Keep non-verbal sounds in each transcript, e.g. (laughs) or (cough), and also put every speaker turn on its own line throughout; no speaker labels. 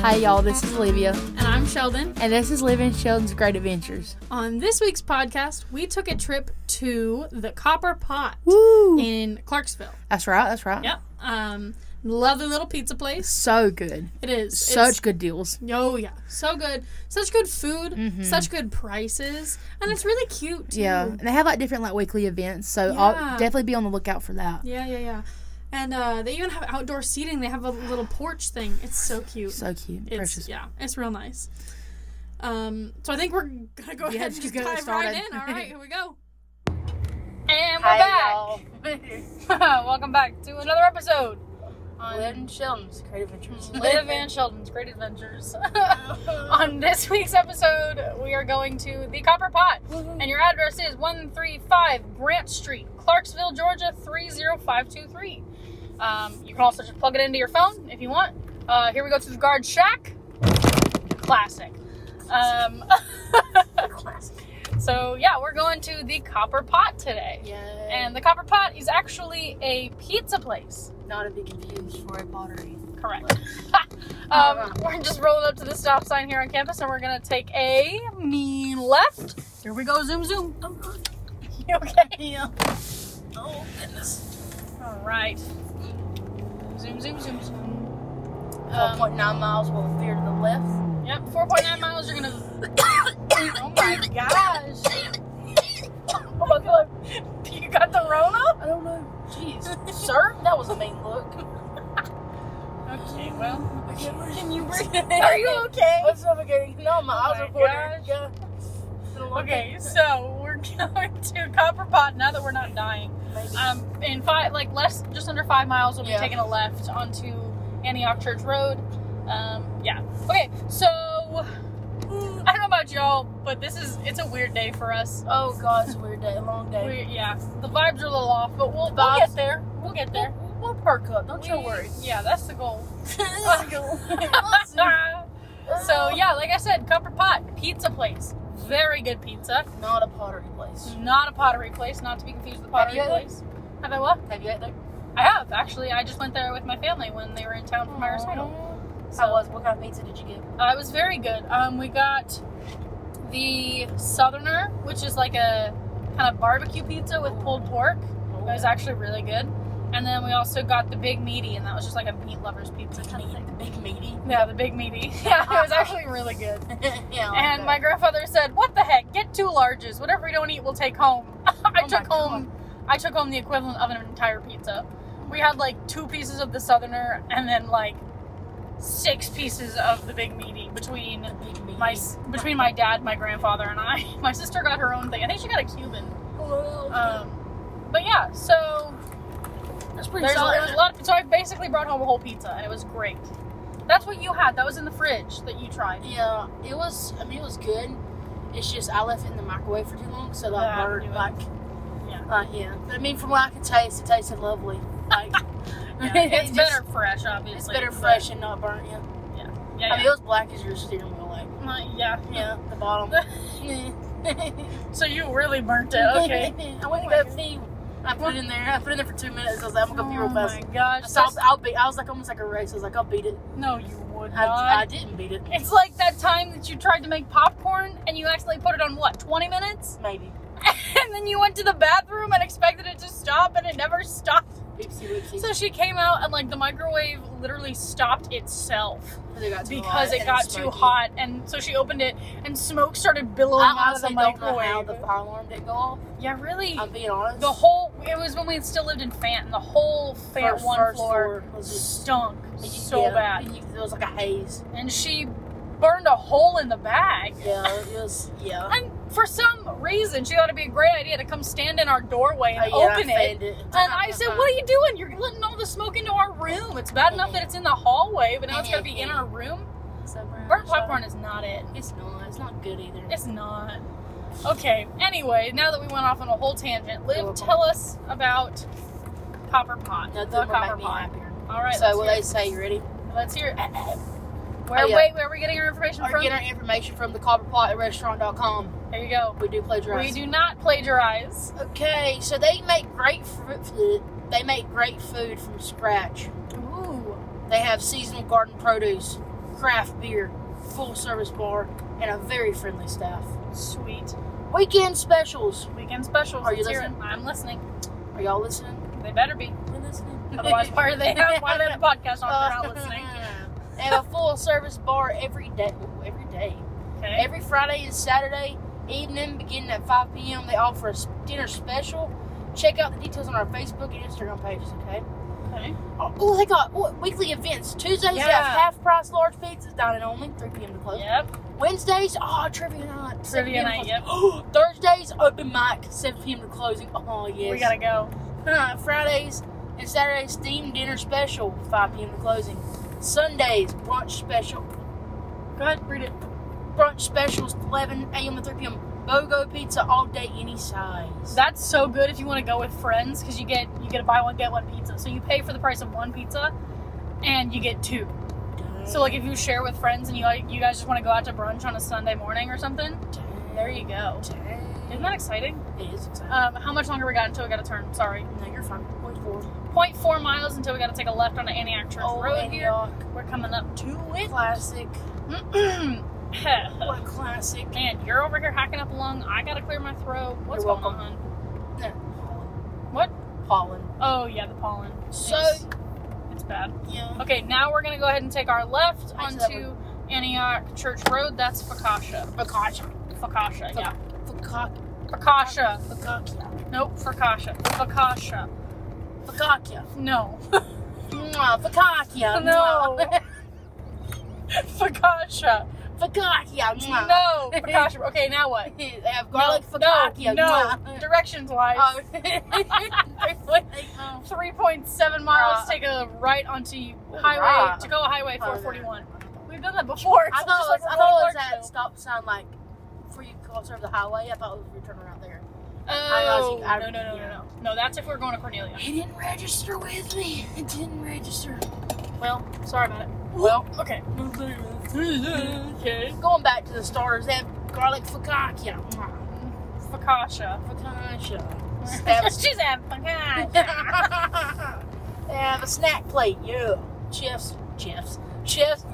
Hi, y'all. This is Olivia,
And I'm Sheldon.
and this is Living Sheldon's Great Adventures.
On this week's podcast, we took a trip to the Copper Pot
Woo!
in Clarksville.
That's right. That's right.
Yep. Um, lovely little pizza place.
So good.
It is.
Such good deals.
It's, oh, yeah. So good. Such good food. Such good prices. And it's really cute, too.
Mm-hmm. Yeah, and they have like different like weekly events, so I'll
Yeah.
definitely be on the lookout for that.
Yeah, yeah, yeah. And uh, they even have outdoor seating. They have a little porch thing. It's so cute.
So cute,
it's,
precious.
Yeah, it's real nice. Um, so I think we're going to go ahead and
just
just
get
dive
started.
right in. All right, here we go. And
Hi, y'all.
(laughs) Welcome back to another episode on
Sheldon's Great Adventures.
Liv and Sheldon's Great Adventures. (laughs) on this week's episode, we are going to the Copper Pot, and your address is 135 Grant Street, Clarksville, Georgia 30523. Um, you can also just plug it into your phone if you want. Uh, here we go to the guard shack. Classic. Um, (laughs) so, yeah, we're going to the Copper Pot today. And the Copper Pot is actually a pizza place.
not to be confused for a pottery.
Correct. (laughs) um, we're just rolling up to the stop sign here on campus, and we're gonna take a mean left. (laughs) Here we go, zoom, zoom. You okay? Yeah. Oh goodness. All right. Zoom, zoom, zoom, zoom. Um,
nine miles will veer to the left.
yep, 4.9 miles. You're gonna. (coughs) oh my gosh. Oh my god. (laughs) You got the Rona?
I don't know. Jeez, sir, that was a mean look.
Okay, well.
Can you breathe?
Are you okay?
What's up again? No, my eyes
Oh my
are watering.
gosh.
Yeah.
Okay, so we're (laughs) going to Copper Pot now that we're not dying.
Maybe.
Um, in five, like less, just under five miles, we'll be
Yeah.
taking a left onto Antioch Church Road. Um, yeah. Okay, so I don't know about y'all, but this is it's a weird day for us.
oh God, it's a weird day, a long day.
We, yeah, the vibes are a little off, but we'll,
The
we'll
vibes-
get there. We'll get there.
We'll, we'll perk up. Don't you
We-
worry.
Yeah, that's the
(laughs)
goal.
so
(laughs) so yeah, like I said, Copper Pot Pizza Place, very good pizza.
not a pottery place.
Not a pottery place, not to be confused with pottery
you had it?
place. Have I what?
Have you ate there?
I have actually. I just went there with my family when they were in town for my recital. So
How was? What kind of pizza did you get?
uh, it was very good. Um, we got the Southerner, which is like a kind of barbecue pizza with pulled pork. It was actually really good. And then we also got the big meaty, and that was just like a meat lovers pizza.
kind of like the big meaty. (laughs)
Yeah, the big meaty. (laughs) Yeah, it was actually really good.
yeah. I
And my
like
grandfather said, "What the heck? Get two larges. Whatever you don't eat, we'll take home." (laughs) I
Oh
took
my
home, I took home the equivalent of an entire pizza. We had like two pieces of the southerner, and then like six pieces of the big meaty between
that. big meaty.
my between my dad, my grandfather, and I. (laughs) My sister got her own thing. I think she got a Cuban. Um, but yeah, so
that's pretty
there's a,
solid.
there was a lot. So I basically brought home a whole pizza, and it was great. That's what you had. That was in the fridge that you
(laughs)
tried.
Yeah, it was. I mean, it was good. It's just I left it in the microwave for too long, so like
Yeah,
burnt.
you-
Like,
Yeah.
uh, yeah. I mean, from what I could taste, it tasted lovely.
(laughs)
Like, (laughs)
Yeah,
it
it's
just-
better fresh, obviously.
It's better
but-
fresh and not burnt. Yeah.
Yeah,
I mean, it was black as your steering wheel. Like,
My- yeah,
yeah, the
(laughs)
bottom.
So you really burnt it. Okay.
(laughs) I went to Pepsi. I put it in there. I put it in there for two minutes. I was like, I'm gonna be real fast.
Oh my gosh.
I saw,
that's-
I'll be. I was like almost like a race. I was like, I'll beat it.
no, you would
I,
not.
I didn't beat it.
it's like that time that you tried to make popcorn and you accidentally put it on what, 20 minutes? (laughs)
Maybe.
And then you went to the bathroom and expected it to stop and it never stopped.
Oopsie, oopsie.
So she came out and like the microwave literally stopped itself
it got too
because
hot
it
and
got too
smoky.
hot and so she opened it and smoke started billowing
I
out of the
honestly don't know how
microwave.
the fire alarm didn't go off.
yeah, really.
I'm being honest.
The whole it was when we still lived in Fenton. The whole Fenton
First-
one
first
floor,
was just
stunk so
yeah,
bad,
you- It was like a haze.
and she burned a hole in the bag.
Yeah, it was. Yeah.
And for some reason, she thought it'd be a great idea to come stand in our doorway and
Oh, yeah,
open
I
it.
fanned it.
And I said, "What are you doing? You're letting all the smoke into our room. It's bad enough that it's in the hallway, but now it's gonna be in our room.
So brown,
Burnt
shut
popcorn
up.
is not it.
It's not. It's not good either.
It's not." Okay. Anyway, now that we went off on a whole tangent,
You're
Liv,
welcome.
will us about Copper Pot.
Nothing
the
will
Copper
make me
Pot.
happier.
All right.
so
let's
what
hear
they say? You ready?
it. let's hear. It. (clears throat) Where,
Oh, yeah.
wait, where are we getting our information
Or
from?
get our information from the copperpot at restaurant.com.
there you go.
We do plagiarize.
We do not plagiarize.
Okay, so they make great fruit. They make great food from scratch.
Ooh,
They have seasonal garden produce. craft beer, full service bar, and a very friendly staff.
Sweet.
Weekend specials.
Weekend specials.
Are you
Let's hear it.
listening?
I'm listening.
Are y'all listening?
They better be.
We're (laughs) listening.
Otherwise, why are (laughs) they? Why
(laughs)
are they the podcast on? They're not (laughs) listening.
and a full service bar every day. ooh, Every day.
Okay.
Every Friday and Saturday evening, beginning at 5 p.m., they offer a s- dinner special. Check out the details on our Facebook and Instagram pages, okay?
Okay.
Oh, oh, they got oh, weekly events. Tuesdays, they have
Yeah.
half price large pizzas, dining only, 3 p.m. to close.
Yep.
Wednesdays, oh, trivia night. 7
Trivia
p.m. to
night.
close.
Yep.
(gasps) Thursdays, open mic, 7 p.m. to closing. Oh, yes.
We gotta go.
Uh, Fridays and Saturdays, steam dinner special, 5 p.m. to closing. Sundays, brunch special,
Go ahead. Read it.
brunch specials 11 a.m. to 3 p.m. BOGO pizza all day, any size.
That's so good if you want to go with friends because you get you get a buy one get one pizza. So you pay for the price of one pizza, and you get two. So like if you share with friends and you like you guys just want to go out to brunch on a Sunday morning or something, there you go. Isn't that exciting?
It is exciting.
Um, how much longer we got until we got to turn? Sorry,
no, you're fine. Point four.
0.4 miles until we got to take a left on Antioch Church
Old
Road here.
Antioch.
We're coming up (clears throat) to it.
Classic.
Man,
What a classic.
you're over here hacking up a lung. I gotta clear my throat. What's
You're
going
welcome.
on?
What? Pollen.
Oh yeah, the pollen.
So,
it's, it's bad.
yeah.
Okay, now we're gonna go ahead and take our left
Actually, that
onto Antioch Church Road. That's Fakasha.
Focaccia.
Fakasha, yeah.
Focaccia.
Fakasha.
Focaccia.
Nope, Fakasha. Fakasha.
Focaccia. (laughs)
No.
Mwah,
(laughs)
Focaccia.
No.
mwah.
Fakasha.
Focaccia. mwah.
No. Fakasha. Okay, now what?
They have (laughs) garlic
no,
focaccia. (laughs)
No.
mwah.
no. Directions wise.
Oh.
(laughs)
Oh. (laughs)
3.7 miles,
Uh,
take a right onto
Right.
Highway, to go Highway 441. We've done that (laughs) before.
I
so
thought,
just
it was,
like
I thought it was
Clarksville.
that stop sign, like, before you cross over the highway. I thought it was returning out there.
Oh,
I- I-
no, no, no, no,
yeah.
no. No, that's if we're going to Cornelia.
It didn't register with me. It didn't register.
Well, sorry about it.
Well, (laughs)
Okay. Okay.
going back to the starters, they have garlic focaccia. (laughs)
(laughs)
Mwah.
Fakasha.
Focaccia.
She's a (laughs) Fakasha.
they have a snack plate. Yeah. Chips. Chips. Chips.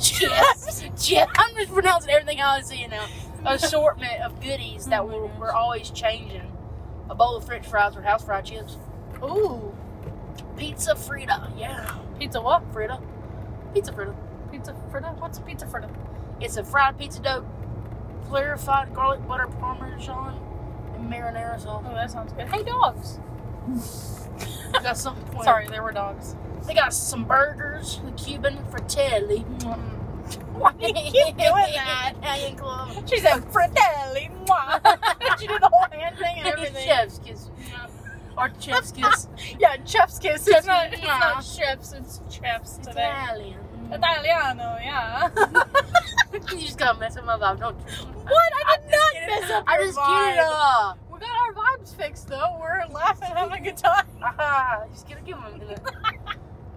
Chips. Chips. I'm just pronouncing everything I see it now. Assortment of goodies that we're, we're always changing. A bowl of french fries with house fried chips.
Ooh.
Pizza Frita. Yeah.
Pizza what?
Frita. Pizza Frita.
Pizza fritta? What's a pizza fritta?
It's a fried pizza dough, clarified garlic butter parmesan, and marinara sauce.
Oh, that sounds good. Hey, dogs.
They got something. for you.
Sorry, there were dogs.
They got some burgers, the Cuban fratelli.
(laughs) Mm. Why
(laughs) Italian club.
She said fratelli. mwah." (laughs) she did the whole hand thing and everything.
Chef's kiss. Or chef's (laughs) kiss.
Yeah, chef's kiss.
Chef's
It's not,
kiss.
it's not chef's, it's chef's today.
Italian.
Italiano, (laughs) yeah.
you just gotta mess up my vibe, don't you?
what? I did not mess up
I
your
just
vibe.
get it up.
We got our vibes fixed though. We're laughing, having a good time.
Ah, just gonna give them a minute. (laughs)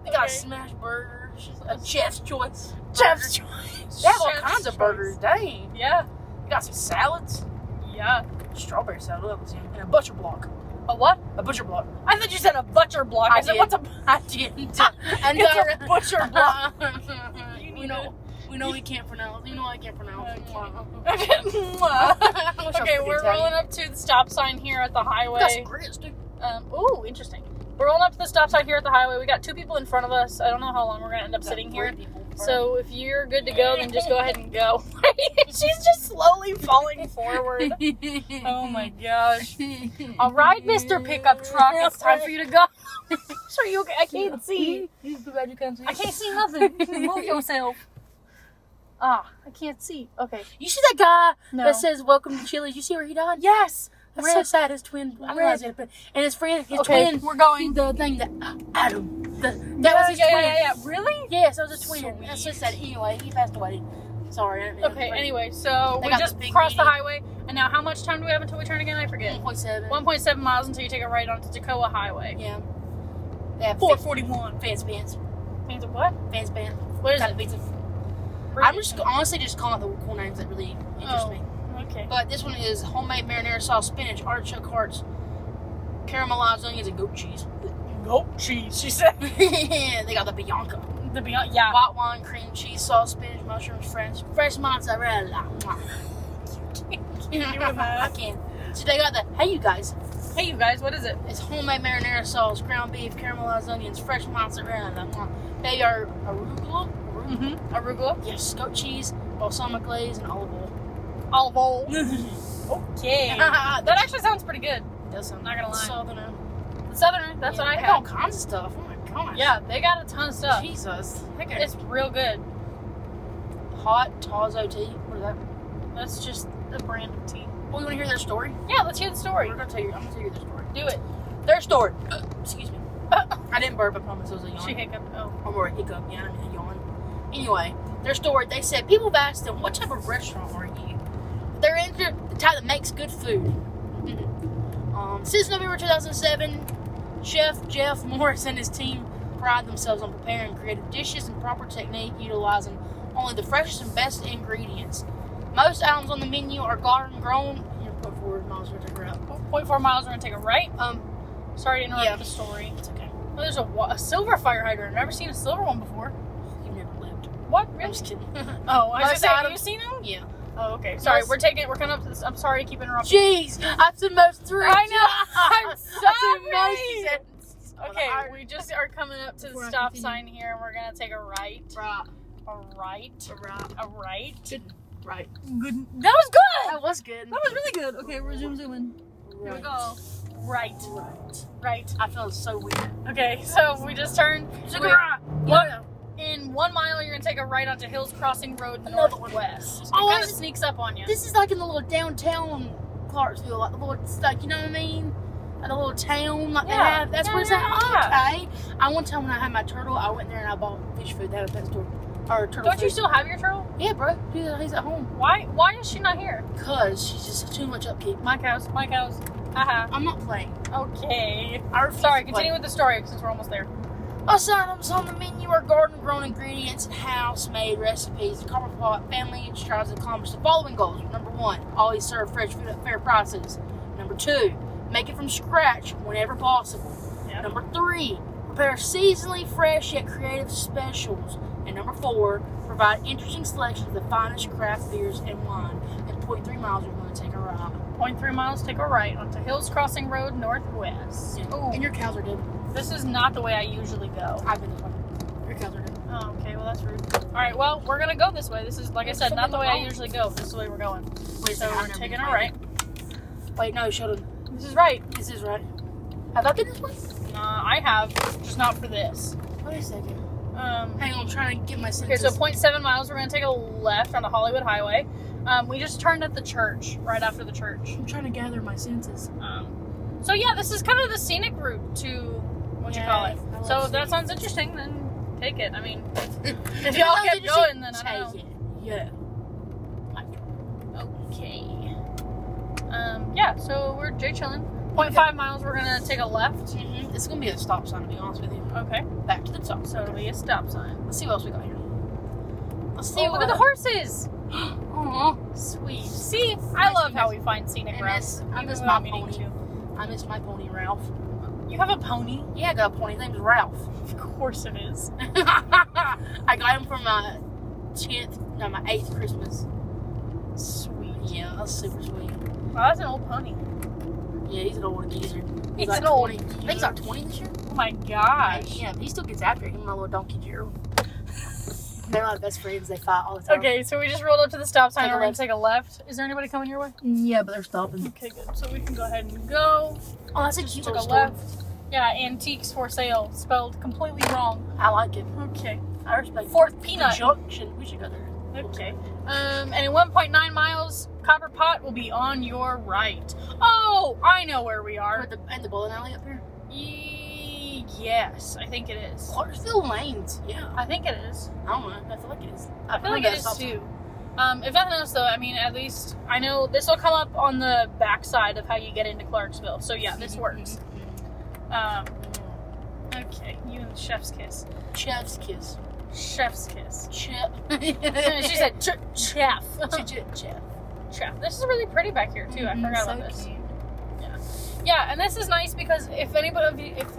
They got
Okay.
smash burgers, a chef's choice.
(laughs) Chef's
choice. They have all
Chef's
kinds of
choice.
burgers, dang.
Yeah,
They got some salads.
yeah.
strawberry salad that was in and a butcher block.
A what?
A butcher block.
I thought you said a butcher block. I,
I
said (laughs)
did.
what's a
(laughs) I (laughs) didn't. and
it's a butcher block?
(laughs)
You
you
need
we know. We know we can't pronounce. You know I can't pronounce.
Okay.
Mwah.
okay, mwah.
I wish I
okay,
could
we're
tell you.
rolling up to the stop sign here at the
Got some
highway.
grits, dude.
Um, ooh, interesting. We're rolling up to the stop sign here at the highway. We got two people in front of us. I don't know how long we're gonna end up sitting here. So if you're good to go, then just go ahead and go. (laughs) She's just slowly falling
(laughs)
forward. Oh my gosh. All right, Mr. Pickup Truck, it's time for you to
(laughs)
go. Sure, you okay? I can't see.
glad you can't see.
I can't see nothing.
(laughs)
Move yourself. Ah, I can't see. Okay.
You see that guy
No.
that says "Welcome to Chili's"? You see where he died?
yes.
I'm
That's
really
so-
sad. His twin, I
Red.
realized it, but and his friend, his
okay,
twin,
we're going.
the thing that uh, Adam, the,
yeah,
that was his
yeah,
twin.
yeah, yeah, yeah. Really?
Yes, I was a twin.
Sweet.
That's just that. Anyway, he passed away. Sorry. I didn't mean to
Okay.
break-
Anyway, so
They
we
got the
just
big
crossed the
meeting.
highway, and now how much time do we have until we turn again? I forget.
1.7.
1.7 miles until you take a right onto Tacoma Highway.
Yeah. They have
441.
fans, fans,
Means of what?
fans, fans.
What is
Kind
it?
of pizza. I'm just honestly just calling out the cool names that really interest
Oh.
me.
Okay.
But this one is homemade marinara sauce, spinach, artichoke hearts, caramelized onions, and goat cheese.
Goat cheese, she said.
(laughs) they got the Bianca.
The Beyond, yeah.
Hot wine, cream cheese, sauce, spinach, mushrooms, French, fresh mozzarella.
do that.
I can. So they got the hey you guys.
Hey, you guys, what is it?
It's homemade marinara sauce, ground beef, caramelized onions, fresh mozzarella. They are arugula, arugula,
Mm-hmm. Arugula,
yes, goat cheese, balsamic glaze, and olive oil.
olive oil. (laughs) Okay.
(laughs) that
that actually sounds pretty good.
does sound.
Not gonna lie.
Southerner.
The Southerner, that's
Yeah,
what I
they got all
had.
kinds of stuff. Oh my gosh.
Yeah, they got a ton of stuff.
Jesus. They got
It's real good.
hot Tazo tea. What is that?
That's just a brand of tea.
Oh, you want to hear their story?
Yeah, let's hear the story.
I'm gonna tell you. I'm gonna tell you their story.
Do it. Uh,
Their story. excuse me. I didn't burp. I promise. It was a yawn.
She hiccuped. Oh.
or more hiccup, yeah, and a yawn. Anyway, their store, they said, people have asked them, what type of restaurant are you? They're in the the type that makes good food. Um, since November 2007, Chef Jeff (laughs) Morris and his team pride themselves on preparing creative dishes and proper technique utilizing only the freshest and best ingredients. Most items on the menu are garden grown. You're put forward, miles worth of crap.
0.4 miles, we're gonna take a right.
Um,
Sorry to interrupt
Yeah.
the story.
it's okay.
Oh, there's a, wa- a silver fire hydrant. I've never seen a silver one before.
You never lived.
What?
I'm
Really?
just kidding.
Oh, I was
Most
gonna say, have you
items-
seen them?
yeah.
Oh, okay. Sorry,
Most-
we're taking. We're coming up. To this. I'm sorry to keep interrupting.
Jeez, I've said most three.
I (laughs) know. I'm
times. I've
sorry.
said most.
Okay, we just are coming up to
Before
the
I
stop
continue.
sign here, and we're gonna take a right.
Right,
A right.
right,
A right.
right.
Good. That was good.
That was good.
was really good. Okay, we're zoom zooming. Here we go. Right.
Right.
Right.
I feel so weird.
Okay, so we just turned.
Sugar.
Wait.
What?
In one mile, you're gonna take a right onto Hills Crossing Road
Another
Northwest. It
Oh,
kind of
is it-
sneaks up on you.
This is like in the little downtown Clarksville, like the little, it's like you know what I mean? Like the little town, like
Yeah.
they have. That's
Yeah,
where it's
yeah,
at. Okay. I one time when I had my turtle, I went there and I bought fish food. They have a pet store or turtle.
Don't
food.
you still have your turtle?
Yeah, bro. He's, he's at home
Why? Why is she not here?
because she's just too much upkeep.
My cows. My cows. Haha.
I'm not playing.
Okay.
I refuse
Sorry.
to play.
Continue with the story since we're almost there.
Us items on the menu are garden grown ingredients and house made recipes. The Copper Pot family strives to accomplish the following goals. Number one, always serve fresh food at fair prices. Number two, make it from scratch whenever possible.
Yep.
Number three, prepare seasonally fresh yet creative specials. And number four, provide interesting selections of the finest craft beers and wine. And 0.3 miles, we're going to take a ride.
0.3 miles. Take a right onto Hills Crossing Road Northwest. Ooh,
And your cows are dead.
this is not the way I usually go.
I've been this way. Your cows are dead.
Oh, okay. Well, that's rude. All right. Well, we're gonna go this way. This is like I said, not the way I usually go. This is the way we're going.
Wait,
So we're taking a right.
Wait, no, shut up.
This is right.
This is right. Have I been this way?
Nah, Uh, I have, just not for this.
Wait a second.
Um,
Hang on, I'm trying to get my
Okay,
senses.
so 0.7 miles. We're going to take a left on the Hollywood Highway. Um, we just turned at the church, right after the church.
I'm trying to gather my senses.
Um, so, yeah, this is kind of the scenic route to what you call
Yeah,
it.
I love
So, if
scenic.
that sounds interesting, then take it. I
(laughs)
mean, if
If
y'all
it
kept
sounds interesting,
going, then I don't
take it. Yeah.
okay. Um, yeah, so we're J chilling. 0.5 miles, we're going to take a left.
Mm-hmm. It's gonna be a stop sign, to be honest with you.
Okay,
Back to the top.
so it'll be a stop sign.
Let's see what else we got here. Let's see.
See, look at the horses! uh-huh.
Aw,
Sweet. See, I
Nice
love how
because-
we find scenic
Uh-huh. I
routes.
miss- I
even
miss
without
my
meaning
pony. I miss my pony, Ralph.
to. You have a pony?
Yeah, I got a pony. His name's Ralph. (laughs)
Of course it is.
I got him for my tenth, no, my eighth Christmas.
Sweet.
Yeah, that's super sweet.
Wow, that's an old pony.
Yeah, he's an old geezer.
He's
like
an old
20. I think he's like 20 this year.
Oh my gosh.
Yeah, he still gets after it. Him and my little donkey Gerald. They're my best friends. They fight all the time.
Okay, so we just rolled up to the stop sign.
Take a
We're gonna
left.
take a left. Is there anybody coming your way?
Yeah, but they're stopping.
Okay, good. So we can go ahead and go.
Oh, that's a cute
Took a
little store.
left. Yeah, antiques for sale, spelled completely wrong.
I like it.
Okay.
I respect it.
Fourth peanut.
Junction. We should go there.
Okay. Um, and in 1.9 miles, Copper Pot will be on your right. Oh, I know where we
Or
are.
the, and the bowling alley up here.
E- yes, I think it is.
Clarksville Lanes. Yeah.
I think it is.
I don't know. I feel like it is.
I feel like
remember
it is
that stop-
too. Um, if nothing else, though, I mean, at least I know this will come up on the backside of how you get into Clarksville. So yeah, this works. Um, okay, you and the chef's kiss.
Chef's kiss.
Chef's kiss.
(laughs) Chef.
she
(laughs)
said "Ch- chef. (laughs)
Chef. Chef.
chef. This is really pretty back here too. I forgot
Mm-hmm. so
about this.
cute.
Yeah, and this is nice (laughs)
(laughs)
because if anybody of you, if,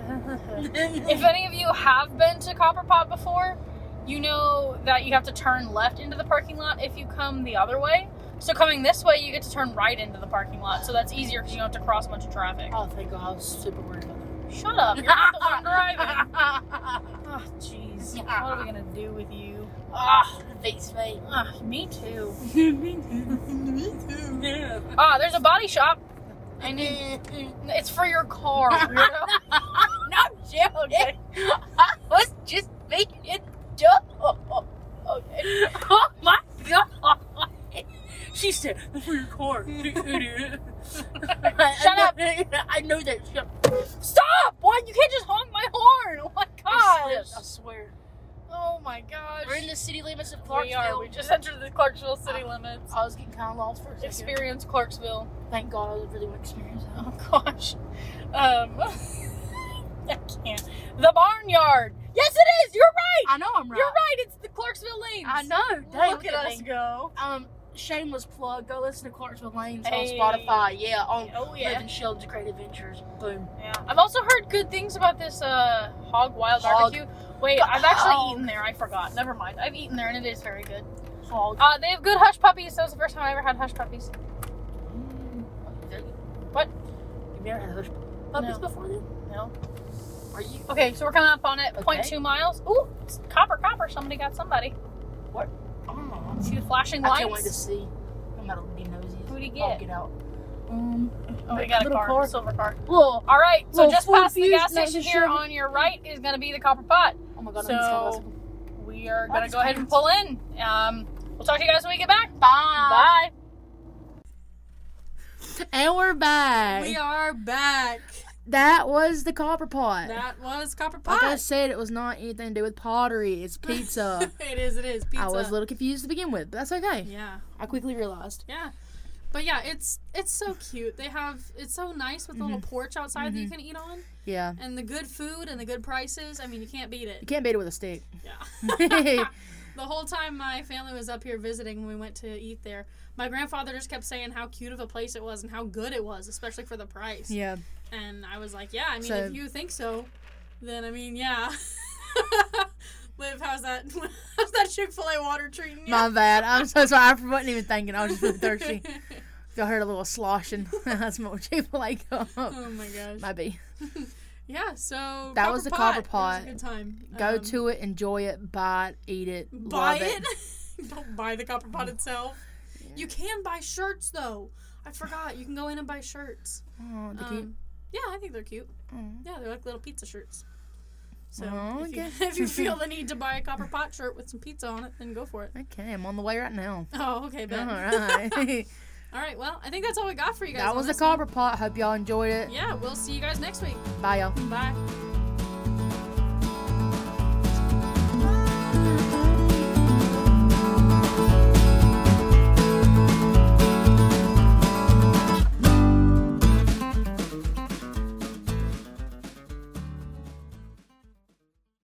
if any of you have been to Copper Pot before, you know that you have to turn left into the parking lot if you come the other way. So coming this way, you get to turn right into the parking lot. So that's easier because you don't have to cross much traffic.
Oh, thank God. I was super worried about (laughs)
Shut up! You're not the one driving.
that.
Oh, jeez.
What
What
are
are
we
we gonna do with you?
(laughs)
Ah,
Ah, beats me.
me too.
me too. Me too.
Ah, there's a body shop. I knew.
(laughs)
It's for your car. weirdo.
Not joking. I was just making a joke. (laughs) Oh my god. She said, for your car, (laughs) you idiot.
Shut up.
I know that. Shut up.
Stop! Why you can't just honk my horn? Oh my
I
gosh!
swear.
Oh my gosh!
We're in the city limits of
We are.
Clarksville.
We just entered the Clarksville city limits.
I was getting kind of lost for a second.
Experience Clarksville.
Thank God I really want to experience that.
(laughs) Oh gosh. Um, (laughs) I can't. The barnyard. Yes, it is. You're right.
I know I'm right.
You're right. It's the Clarksville lanes.
I know. Dang,
Look at us
me.
go.
Um, shameless plug. Go listen to Clarksville Lanes
Hey.
on Spotify. Yeah, on
Oh
Living Shelves Great Adventures. Boom.
Yeah. I've also heard good things about this uh, hog wild
Hog.
barbecue. Wait,
Go-
I've actually
hog.
eaten there. I forgot. Never mind. I've eaten there and it is very good.
Hog.
Uh, they have good hush puppies. That was the first time I ever had hush puppies.
Mm,
What?
You've never had hush puppies
No.
before then?
No.
Are you?
Okay, so we're coming up on it. Point
Okay.
two miles. Ooh, it's copper, copper. Somebody got somebody.
Oh,
See the flashing lights.
I can't wait to see. I'm not gonna be nosy.
Who do you
I'll
get?
get out. Um,
Oh, we got a
little
car,
car.
silver car.
Whoa.
All right, so
Little
just
Ford
past the gas
Fusion,
station
nice
here
and
on your right is going to be the Copper Pot.
Oh my god.
So-
I'm just gonna
We are
Oh,
going to
it's
go ahead and pull in. Um, we'll talk to you guys when we get back. Bye.
Bye. And we're back.
We are back.
That was the copper pot.
That was Copper
like I
Pot.
said, it was not anything to do with pottery. It's pizza.
(laughs)
(laughs) it is. It is pizza.
I was a little confused to begin with, but that's okay.
Yeah,
I quickly realized.
yeah. But yeah, it's it's so cute. They have it's so nice with the
Mhm.
little porch outside that you can eat on,
Yeah.
and the good food and the good prices. I mean, you can't beat
(laughs) You
it.
can't beat it with a stick.
(laughs) Yeah. the whole time my family was up here visiting when we went to eat there, my grandfather just kept saying how cute of a place it was and how good it was, especially for the price.
(laughs) yeah.
And I was like, yeah, I mean,
So-
if you think so, then I mean, yeah. (laughs) Liv, how's that? (laughs) How's that Chick Fil A water treating (laughs) you?
My bad. I'm so sorry. I wasn't even thinking. I was just really
(laughs)
thirsty. I heard a little sloshing. (laughs) that's more cheap like
oh my gosh.
might be.
Yeah. So
That was the Copper Pot.
It was a good time.
Go
Um,
to it, enjoy it, buy it, eat it,
buy
love it. Mm.
it. (laughs) Don't buy the copper pot itself. You can buy shirts though. I forgot. You can go in and buy shirts.
Oh, the cute.
Um, yeah, I think they're cute.
Mm.
Yeah, they're like little pizza shirts. So
Oh,
if, you, (laughs)
okay.
if you
(laughs)
feel the need to buy a copper pot shirt with some pizza on it, then go for it.
Okay, I'm on the way right now.
Oh, okay,
All
Ben.
right.
(laughs) all right. Well, I think that's all we got for you guys.
uh-huh. (laughs) that
on
was the
this one.
copper pot. Hope y'all enjoyed it.
Yeah, we'll see you guys next week.
Bye, y'all.
Bye.